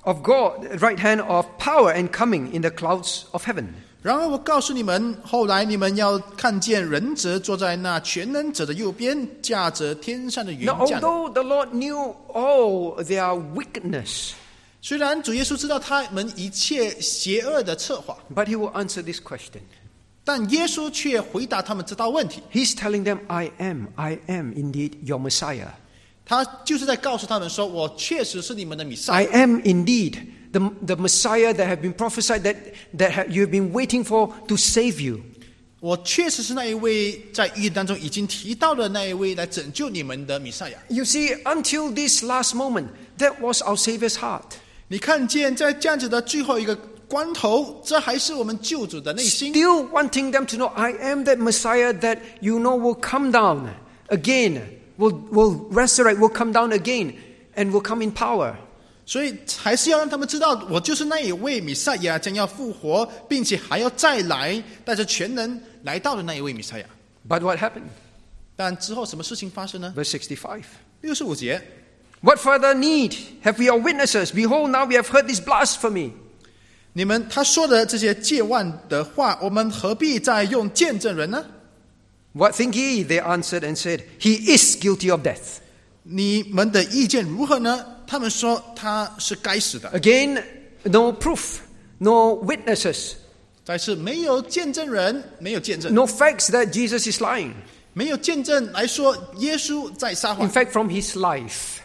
[SPEAKER 1] of God, right hand of power and coming in the clouds of heaven.
[SPEAKER 2] 然而我告诉你们，后来你们要看见人子坐在那全能者的右边，驾着天上的云
[SPEAKER 1] Now,
[SPEAKER 2] 降临。
[SPEAKER 1] although the Lord knew all their wickedness,
[SPEAKER 2] 虽然主耶稣知道他们一切邪恶的策划，
[SPEAKER 1] but he will answer this question.
[SPEAKER 2] 但耶稣却回答他们这道问题。
[SPEAKER 1] He's telling them, I am, I am indeed your Messiah.
[SPEAKER 2] 他就是在告诉他们说：“我确实是你们的弥赛亚
[SPEAKER 1] I am indeed the, the Messiah that have been prophesied that, that have, you've been waiting for to save you.
[SPEAKER 2] 我确实是那一位在预言当中已经提到的那一位来拯救你们的弥赛亚。
[SPEAKER 1] You see, until this last moment, that was our Savior's heart. ”
[SPEAKER 2] 你看见在这样子的最后一个关头，这还是我们救主的内心。
[SPEAKER 1] Still wanting them to know, I am that Messiah that you know will come down again, will, will resurrect, will come down again, and will come in power.
[SPEAKER 2] 所以还是要让他们知道，我就是那一位弥赛亚将要复活，并且还要再来，带着全能来到的那一位弥赛亚。
[SPEAKER 1] But what happened?
[SPEAKER 2] 但之后什么事情发生呢？
[SPEAKER 1] Verse 65.
[SPEAKER 2] 六十五节，
[SPEAKER 1] What further need have we of witnesses? Behold, now we have heard this blasphemy.
[SPEAKER 2] 你们他说的这些借万的话，我们何必再用见证人呢？
[SPEAKER 1] What think ye? They answered and said, He is guilty of death.
[SPEAKER 2] 你们的意见如何呢？他们说他是该死的，
[SPEAKER 1] Again, no proof, no witnesses,
[SPEAKER 2] 但是没有见证人，没有见证，
[SPEAKER 1] no facts that Jesus is lying.
[SPEAKER 2] 没有见证来说耶稣在撒
[SPEAKER 1] In
[SPEAKER 2] 谎。
[SPEAKER 1] fact, from his life,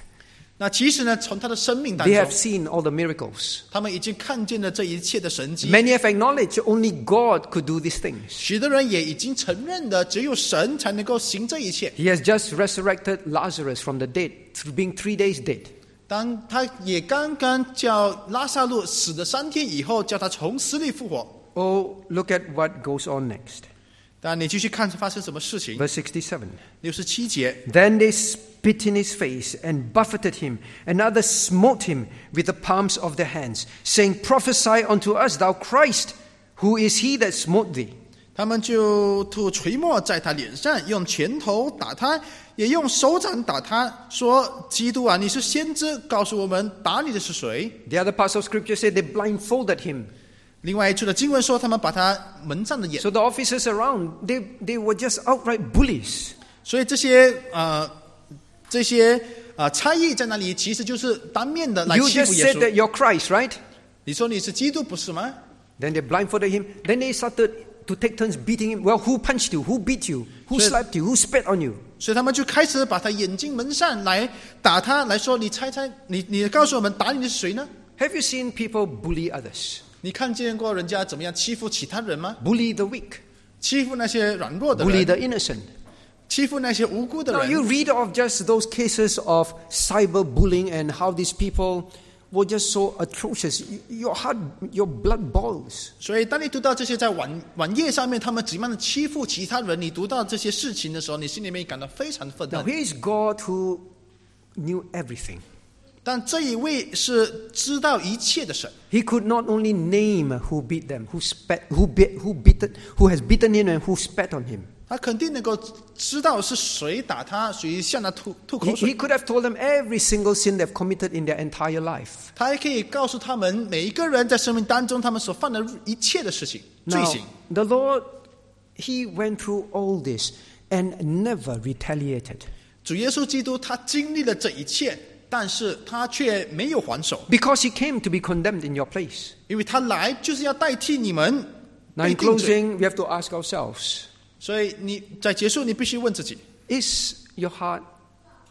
[SPEAKER 2] 那其实呢，从他的生命当
[SPEAKER 1] they
[SPEAKER 2] 中
[SPEAKER 1] have，seen all the miracles.
[SPEAKER 2] 他们已经看见了这一切的神迹。
[SPEAKER 1] Many have acknowledged only God could do these things.
[SPEAKER 2] 许多人也已经承认的，只有神才能够行这一切。
[SPEAKER 1] He has just resurrected Lazarus from the dead, through being three days dead.
[SPEAKER 2] 当他也刚刚叫拉萨路死了三天以后，叫他从死里复活。
[SPEAKER 1] Oh, look at what goes on next.
[SPEAKER 2] 但你继续看发生什么事情？
[SPEAKER 1] Verse 67.
[SPEAKER 2] 六十七节，
[SPEAKER 1] Then they spit in his face and buffeted him, and others smote him with the palms of their hands, saying, Prophesy unto us, thou Christ, who is he that smote thee?
[SPEAKER 2] 他们就吐锤沫在他脸上，用拳头打他，也用手掌打他，说：“基督啊，你是先知，告诉我们打你的是谁
[SPEAKER 1] The other parts of scripture say they blindfolded him。？”
[SPEAKER 2] 另外一处的经文说，他们把他蒙上了眼，
[SPEAKER 1] So the officers around, they, they were just outright bullies.
[SPEAKER 2] 所以这些呃这些呃差异在哪里？其实就是当面的来
[SPEAKER 1] You
[SPEAKER 2] 欺负
[SPEAKER 1] just
[SPEAKER 2] 耶
[SPEAKER 1] said
[SPEAKER 2] 稣
[SPEAKER 1] that。you're Christ, right?
[SPEAKER 2] 你说你是基督不是吗？
[SPEAKER 1] Then they blindfolded him. Then they started to take turns beating him. Well, who punched you? Who beat you? Who
[SPEAKER 2] So-
[SPEAKER 1] slapped you? Who spat on you?
[SPEAKER 2] 所以他们就开始把他眼睛蒙上来打他，来说：“你猜猜，你你告诉我们，打你的是谁呢？
[SPEAKER 1] Have you seen people bully others?
[SPEAKER 2] 你看见过人家怎么样欺负其他人吗？
[SPEAKER 1] Bully the weak,
[SPEAKER 2] 欺负那些软弱的
[SPEAKER 1] bully
[SPEAKER 2] 人，
[SPEAKER 1] the innocent.
[SPEAKER 2] 欺负那些无辜的
[SPEAKER 1] Now
[SPEAKER 2] 人。
[SPEAKER 1] you read of just those cases of cyberbullying and how these people were just so atrocious. Y- Your heart, your blood boils.
[SPEAKER 2] 所以，当你读到这些在网网页上面他们怎么样的欺负其他人，你读到这些事情的时候，你心里面感到非常愤
[SPEAKER 1] Now
[SPEAKER 2] 怒。
[SPEAKER 1] here is God who knew everything.
[SPEAKER 2] 但这一位是知道一切的神，
[SPEAKER 1] He could not only name who beat them, who spat, who beat, who beaten, who has beaten him and who spat on him.
[SPEAKER 2] 他肯定能够知道是谁打他，谁向他吐吐
[SPEAKER 1] He,
[SPEAKER 2] 口
[SPEAKER 1] he
[SPEAKER 2] 水。
[SPEAKER 1] could have told them every single sin they've committed in their entire life.
[SPEAKER 2] 他还可以告诉他们每一个人在生命当中他们所犯的一切的事情罪
[SPEAKER 1] Now,
[SPEAKER 2] 行。
[SPEAKER 1] the Lord, He went through all this and never retaliated
[SPEAKER 2] 主耶稣基督他经历了这一切，但是他却没有还手，
[SPEAKER 1] because He came to be condemned in your place.
[SPEAKER 2] 因为他来就是要代替你们
[SPEAKER 1] Now,
[SPEAKER 2] 被
[SPEAKER 1] in
[SPEAKER 2] 定罪。
[SPEAKER 1] closing, we have to ask ourselves:
[SPEAKER 2] 所以你在结束，你必须问自己：
[SPEAKER 1] Is your heart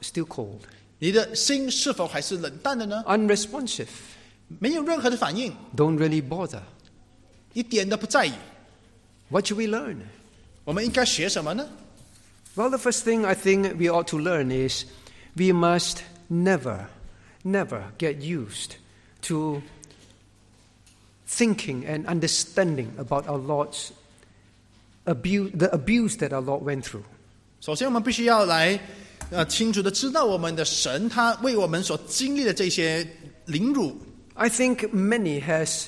[SPEAKER 1] still cold,
[SPEAKER 2] 你的心是否还是冷淡的
[SPEAKER 1] 啊
[SPEAKER 2] 呢？
[SPEAKER 1] unresponsive?
[SPEAKER 2] 没有任何的反应，
[SPEAKER 1] Don't really bother.
[SPEAKER 2] 一点都不在意。
[SPEAKER 1] What should we learn?
[SPEAKER 2] 我们应该学什么呢？
[SPEAKER 1] Well, the first thing I think we ought to learn is we must never, never get used to thinking and understanding about our Lord's abuse, the abuse that our Lord went through.
[SPEAKER 2] 首先，我们必须要来，呃，清楚的知道我们的神他为我们所经历的这些凌辱。
[SPEAKER 1] I think many has,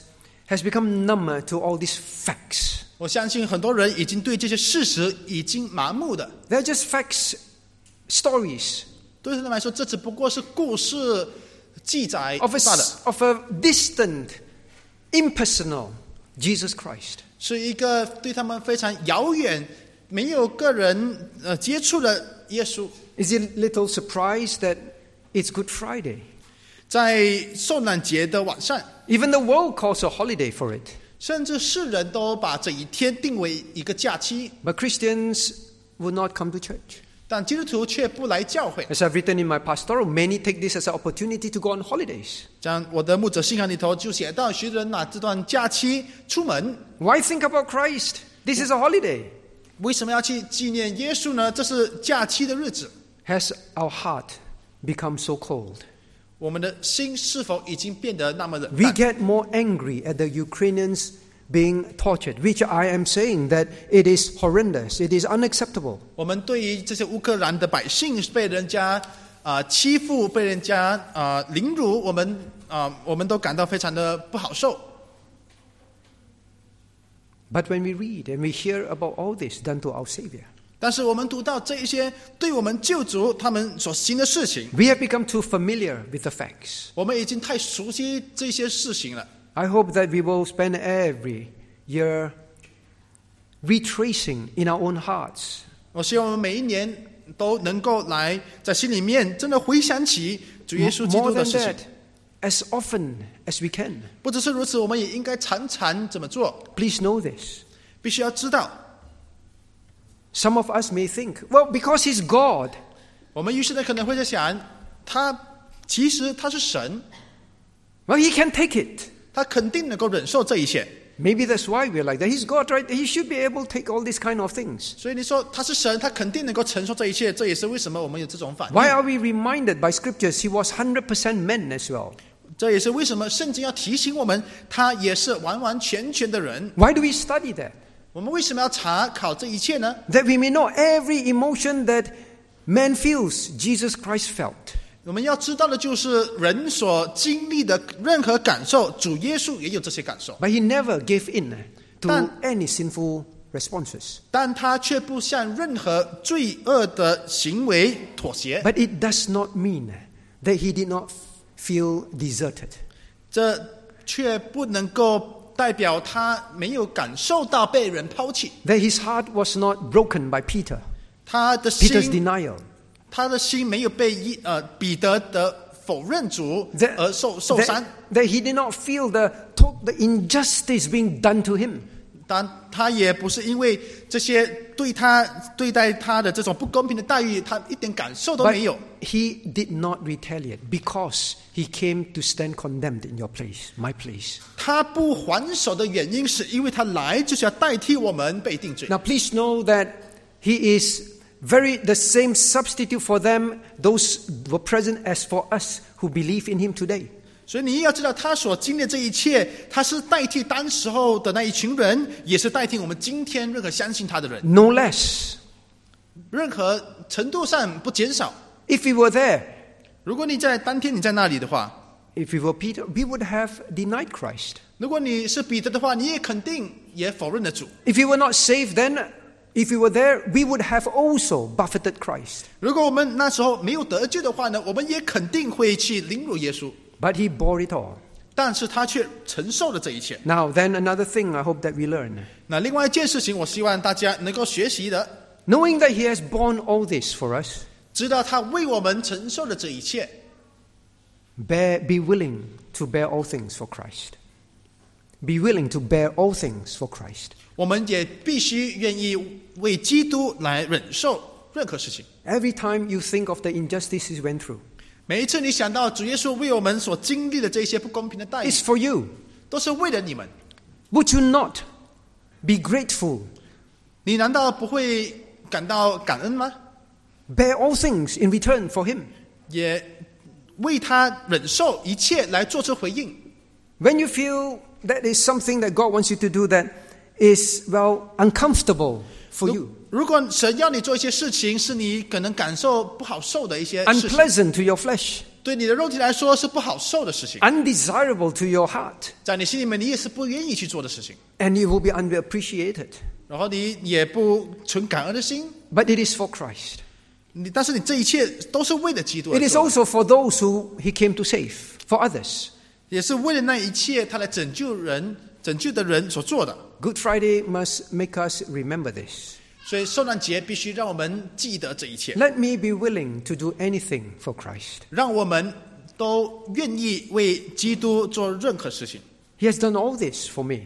[SPEAKER 1] has become numb to all these facts.
[SPEAKER 2] 我相信很多人已经对这些事实已经麻木的。
[SPEAKER 1] They're just facts, stories
[SPEAKER 2] 对他们来说，这只不过是故事记载
[SPEAKER 1] of a,
[SPEAKER 2] 罢了，
[SPEAKER 1] s- of a distant, impersonal Jesus Christ.
[SPEAKER 2] 是一个对他们非常遥远、没有个人呃接触的耶稣。
[SPEAKER 1] Is it little surprise that it's Good Friday?
[SPEAKER 2] 在受难节的晚上，
[SPEAKER 1] Even the world calls a holiday for it.
[SPEAKER 2] 甚至世人都把这一天定为一个假期，
[SPEAKER 1] But Christians will not come to church.
[SPEAKER 2] 但基督徒却不来教会。
[SPEAKER 1] As I've written in my pastoral, many take this as an opportunity to go on holidays.
[SPEAKER 2] 像我的牧者信函里头就写到，许多人拿这段假期出门，
[SPEAKER 1] Why think about Christ? This is a holiday.
[SPEAKER 2] 为什么要去纪念耶稣呢？这是假期的日子，
[SPEAKER 1] Has our heart become so cold?
[SPEAKER 2] 我们的心是否已经变得那么冷
[SPEAKER 1] We
[SPEAKER 2] 淡？
[SPEAKER 1] get more angry at the Ukrainians being tortured, which I am saying that it is horrendous, it is unacceptable.
[SPEAKER 2] 我们对于这些乌克兰的百姓被人家啊、呃欺负、被人家啊、呃凌辱，我们啊、呃我们都感到非常的不好受。
[SPEAKER 1] But when we read and we hear about all this done to our Savior,
[SPEAKER 2] 但是我们读到这一些对我们救主他们所行的事情，
[SPEAKER 1] we have become too familiar with the facts.
[SPEAKER 2] 我们已经太熟悉这些事情了。
[SPEAKER 1] I hope that we will spend every year retracing in our own hearts
[SPEAKER 2] 我希望我们每一年都能够来在心里面真的回想起主耶稣基
[SPEAKER 1] more
[SPEAKER 2] 督的
[SPEAKER 1] than
[SPEAKER 2] 事情。
[SPEAKER 1] that, as often as we can.
[SPEAKER 2] 不只是如此，我们也应该常常怎么做？
[SPEAKER 1] Please know this.
[SPEAKER 2] 必须要知道，
[SPEAKER 1] Some of us may think, well, because he's God,
[SPEAKER 2] 我们于是呢可能会在想，他其实他是神，
[SPEAKER 1] well, he can take it.
[SPEAKER 2] 他肯定能够忍受这一切。
[SPEAKER 1] Maybe that's why we're like that. He's God, right? He should be able to take all these kind of things.
[SPEAKER 2] 所以你说他是神，他肯定能够承受这一切，这也是为什么我们有这种反
[SPEAKER 1] Why
[SPEAKER 2] 应。
[SPEAKER 1] are we reminded by scriptures he was 100% man as well?
[SPEAKER 2] 这也是为什么圣经要提醒我们，他也是完完全全的人。
[SPEAKER 1] Why do we study that?
[SPEAKER 2] 我们为什么要查考这一切呢？
[SPEAKER 1] That we may know every emotion that man feels, Jesus Christ felt.
[SPEAKER 2] 我们要知道的就是，人所经历的任何感受，主耶稣也有这些感受，
[SPEAKER 1] But he never gave in to
[SPEAKER 2] Tan-
[SPEAKER 1] any sinful responses.
[SPEAKER 2] 但他却不向任何罪恶的行为妥协。
[SPEAKER 1] But it does not mean that he did not feel deserted.
[SPEAKER 2] 这却不能够代表他没有感受到被人抛弃，
[SPEAKER 1] that his heart was not broken by Peter,
[SPEAKER 2] 他的
[SPEAKER 1] Peter's
[SPEAKER 2] 心，
[SPEAKER 1] denial.
[SPEAKER 2] 他的心没有被一呃彼得的否认主
[SPEAKER 1] That,
[SPEAKER 2] 而受受伤
[SPEAKER 1] that,，that he did not feel the, to- the injustice being done to him.
[SPEAKER 2] 但他也不是因为这些对他对待他的这种不公平的待遇，他一点感受都
[SPEAKER 1] But
[SPEAKER 2] 没有。
[SPEAKER 1] he did not retaliate because he came to stand condemned in your place, my place.
[SPEAKER 2] 他不还手的原因，是因为他来就是要代替我们被定罪。
[SPEAKER 1] Now, please know that he is very the same substitute for them, those were present, as for us who believe in him today.
[SPEAKER 2] 所以你要知道，他所经历的这一切，他是代替当时候的那一群人，也是代替我们今天任何相信他的人，
[SPEAKER 1] No less.
[SPEAKER 2] 任何程度上不减少。
[SPEAKER 1] If we were there,
[SPEAKER 2] 如果你在当天你在那里的话，
[SPEAKER 1] if we were Peter, we would have denied Christ.
[SPEAKER 2] 如果你是彼得的话，你也肯定也否认了主。
[SPEAKER 1] If we were not saved, then if we were there, we would have also buffeted Christ.
[SPEAKER 2] 如果我们那时候没有得救的话呢，我们也肯定会去凌辱耶稣。
[SPEAKER 1] But he bore it all.
[SPEAKER 2] 但是他却承受了这一切。
[SPEAKER 1] Now, then, another thing I hope that we learn.
[SPEAKER 2] 那另外一件事情，我希望大家能够学习的，
[SPEAKER 1] Knowing that he has borne all this for us,
[SPEAKER 2] 知道他为我们承受的这一切，
[SPEAKER 1] bear, be willing to bear all things for Christ. Be willing to bear all things for Christ.
[SPEAKER 2] 我们也必须愿意为基督来忍受任何事情。
[SPEAKER 1] Every time you think of the injustices he went through,
[SPEAKER 2] 每一次你想到主耶稣为我们所经历的这些不公平的待遇，
[SPEAKER 1] it's for you.
[SPEAKER 2] 都是为了你们。
[SPEAKER 1] Would you not be grateful?
[SPEAKER 2] 你难道不会感到感恩吗？
[SPEAKER 1] Bear all things in return for him.
[SPEAKER 2] 也为他忍受一切来做出回应。
[SPEAKER 1] When you feel that is something that God wants you to do that is, well, uncomfortable for
[SPEAKER 2] 如
[SPEAKER 1] you,
[SPEAKER 2] 如果神要你做一些事情，是你可能感受不好受的一些事情，
[SPEAKER 1] unpleasant to your flesh,
[SPEAKER 2] 对你的肉体来说是不好受的事情，
[SPEAKER 1] undesirable to your heart,
[SPEAKER 2] 在你心里面你也是不愿意去做的事情，
[SPEAKER 1] and you will be underappreciated.
[SPEAKER 2] 然后你也不存感恩的心，
[SPEAKER 1] But it is for Christ.
[SPEAKER 2] 你但是你这一切都是为了基督而
[SPEAKER 1] It is
[SPEAKER 2] 做的，
[SPEAKER 1] also for those who he came to save, for others.
[SPEAKER 2] 也是为了那一切他来拯救人、拯救的人所做的。
[SPEAKER 1] Good Friday must make us remember this.
[SPEAKER 2] 所以受难节必须让我们记得这一切，
[SPEAKER 1] Let me be willing to do anything for Christ.
[SPEAKER 2] 让我们都愿意为基督做任何事情。
[SPEAKER 1] He has done all this for me.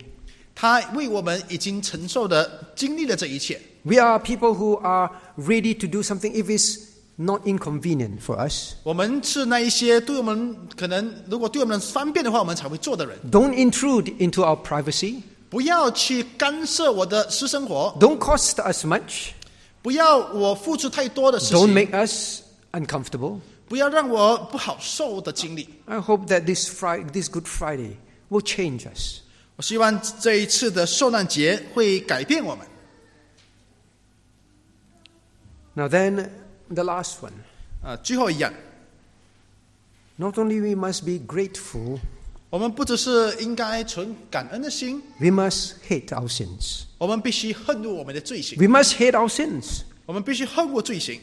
[SPEAKER 2] 他为我们已经承受的、经历了这一切。
[SPEAKER 1] We are people who are ready to do something if it's not inconvenient for us.
[SPEAKER 2] 我们是那一些对我们可能，如果对我们方便的话，我们才会做的人。
[SPEAKER 1] Don't intrude into our privacy.
[SPEAKER 2] 不要去干涉我的私生活，
[SPEAKER 1] Don't cost us much.
[SPEAKER 2] 不要我付出太多的事
[SPEAKER 1] Don't
[SPEAKER 2] 情，
[SPEAKER 1] make us uncomfortable.
[SPEAKER 2] 不要让我不好受的经历。
[SPEAKER 1] I hope that this, Fri- this Good Friday will change us.
[SPEAKER 2] 我希望这一次的受难节会改变我们。
[SPEAKER 1] Now, then, the last one.
[SPEAKER 2] 啊，最后一样，
[SPEAKER 1] Not only we must be grateful,
[SPEAKER 2] 我们不只是应该存感恩的心，
[SPEAKER 1] we must hate our sins.
[SPEAKER 2] 我们必须恨恶我们的罪行，
[SPEAKER 1] We must hate our sins.
[SPEAKER 2] 我们必须恨恶罪行。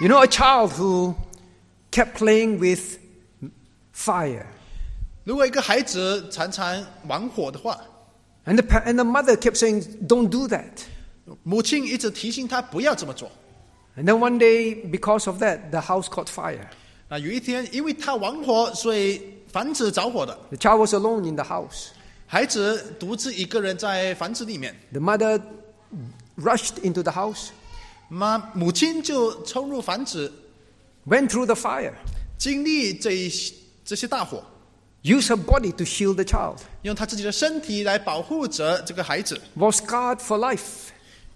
[SPEAKER 1] You know, a child who kept playing with fire,
[SPEAKER 2] 如果一个孩子常常玩火的话，
[SPEAKER 1] and the, pa- and the mother kept saying, Don't do that.
[SPEAKER 2] 母亲一直提醒他不要这么做。
[SPEAKER 1] And then one day, because of that, the house caught fire.
[SPEAKER 2] 那有一天，因为他玩火，所以房子着火的。
[SPEAKER 1] The child was alone in the house.
[SPEAKER 2] 孩子独自一个人在房子里面，
[SPEAKER 1] The mother rushed into the house,
[SPEAKER 2] 妈母亲就冲入房子，
[SPEAKER 1] went through the fire,
[SPEAKER 2] 经历这一这些大火，
[SPEAKER 1] used her body to shield the child,
[SPEAKER 2] 用她自己的身体来保护着这个孩子，
[SPEAKER 1] was scarred for life.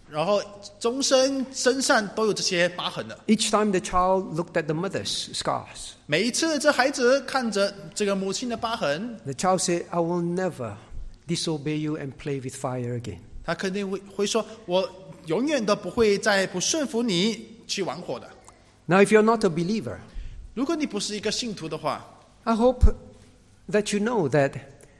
[SPEAKER 2] 然后终身身上都有这些疤痕的。
[SPEAKER 1] Each time the child looked at the mother's scars,
[SPEAKER 2] 每一次，这孩子看着这个母亲的疤痕，
[SPEAKER 1] The child said, I will never disobey you and play with fire again.
[SPEAKER 2] 他肯定会会说：“我永远都不会再不顺服你去玩火的。
[SPEAKER 1] Now, if you're not a believer, ”
[SPEAKER 2] 如果你不是一个信徒的话，
[SPEAKER 1] I hope that you know that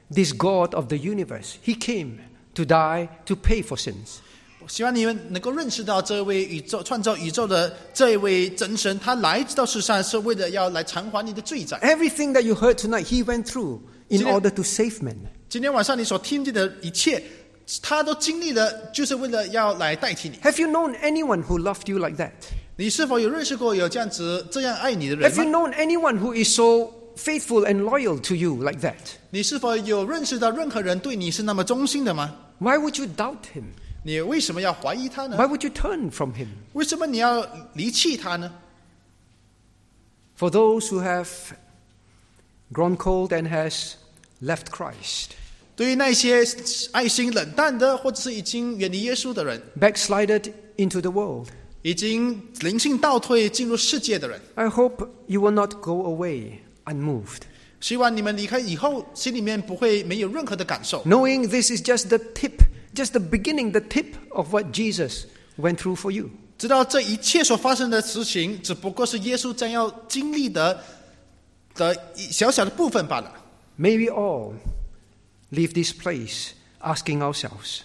[SPEAKER 1] this God of the universe, He came to die to pay for sins.
[SPEAKER 2] 我希望你们能够认识到这位宇宙创造宇宙的这位真神，他来到世上是为了要来偿还你的罪债。
[SPEAKER 1] Everything that you heard tonight, He went through in
[SPEAKER 2] Sino-
[SPEAKER 1] order to save men.
[SPEAKER 2] 今天晚上你所听见的一切，他都经历了，就是为了要来代替你。
[SPEAKER 1] Have you known anyone who loved you like that?
[SPEAKER 2] 你是否有认识过有这样子这样爱你的
[SPEAKER 1] Have
[SPEAKER 2] 人
[SPEAKER 1] you
[SPEAKER 2] 吗？
[SPEAKER 1] known anyone who is so faithful and loyal to you like that?
[SPEAKER 2] 你是否有认识到任何人对你是那么忠心的吗？
[SPEAKER 1] Why would you doubt him?
[SPEAKER 2] 你为什么要怀疑他呢？
[SPEAKER 1] Why would you turn from him?
[SPEAKER 2] 为什么你要离弃他呢？
[SPEAKER 1] For those who have grown cold and has left Christ,
[SPEAKER 2] 对于那些爱心冷淡的，或者是已经远离耶稣的人，
[SPEAKER 1] backslided into the world,
[SPEAKER 2] 已经灵性倒退进入世界的人，
[SPEAKER 1] I hope you will not go away unmoved,
[SPEAKER 2] 希望你们离开以后，心里面不会没有任何的感受，
[SPEAKER 1] knowing this is just the tip, just the beginning, the tip of what Jesus went through for you.
[SPEAKER 2] 知道这一切所发生的事情，只不过是耶稣将要经历的的一小小的部分罢了。
[SPEAKER 1] May we all leave this place asking ourselves,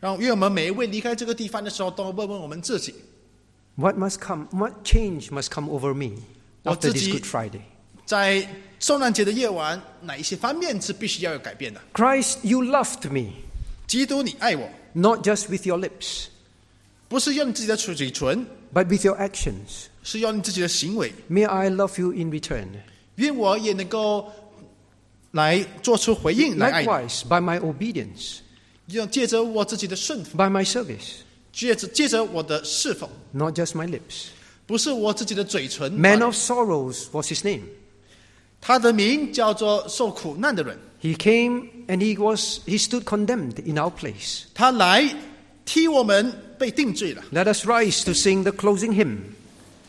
[SPEAKER 2] 然后，愿我们每一位离开这个地方的时候，都问问我们自己，
[SPEAKER 1] what must come, what change must come over me after this
[SPEAKER 2] 我自己-
[SPEAKER 1] Good Friday?
[SPEAKER 2] 在受难节的夜晚，哪一些方面是必须要有改变的？
[SPEAKER 1] Christ, you loved me,
[SPEAKER 2] 基督，你爱我，
[SPEAKER 1] not just with your lips,
[SPEAKER 2] 不是用你自己的嘴唇，
[SPEAKER 1] but with your actions.
[SPEAKER 2] 是用你自己的行为。
[SPEAKER 1] May I love you in return.
[SPEAKER 2] 愿我也能够来做出回应，来爱你。
[SPEAKER 1] Likewise, by my obedience,
[SPEAKER 2] 要借着我自己的顺服，
[SPEAKER 1] by my service,
[SPEAKER 2] 借着借着我的侍奉，
[SPEAKER 1] not just my lips.
[SPEAKER 2] 不是我自己的嘴唇。
[SPEAKER 1] Man of sorrows was his name.
[SPEAKER 2] 他的名叫做受苦难的人，
[SPEAKER 1] He came and he was he stood condemned in our place.
[SPEAKER 2] 他来替我们被定罪了。
[SPEAKER 1] Let us rise to sing the closing hymn.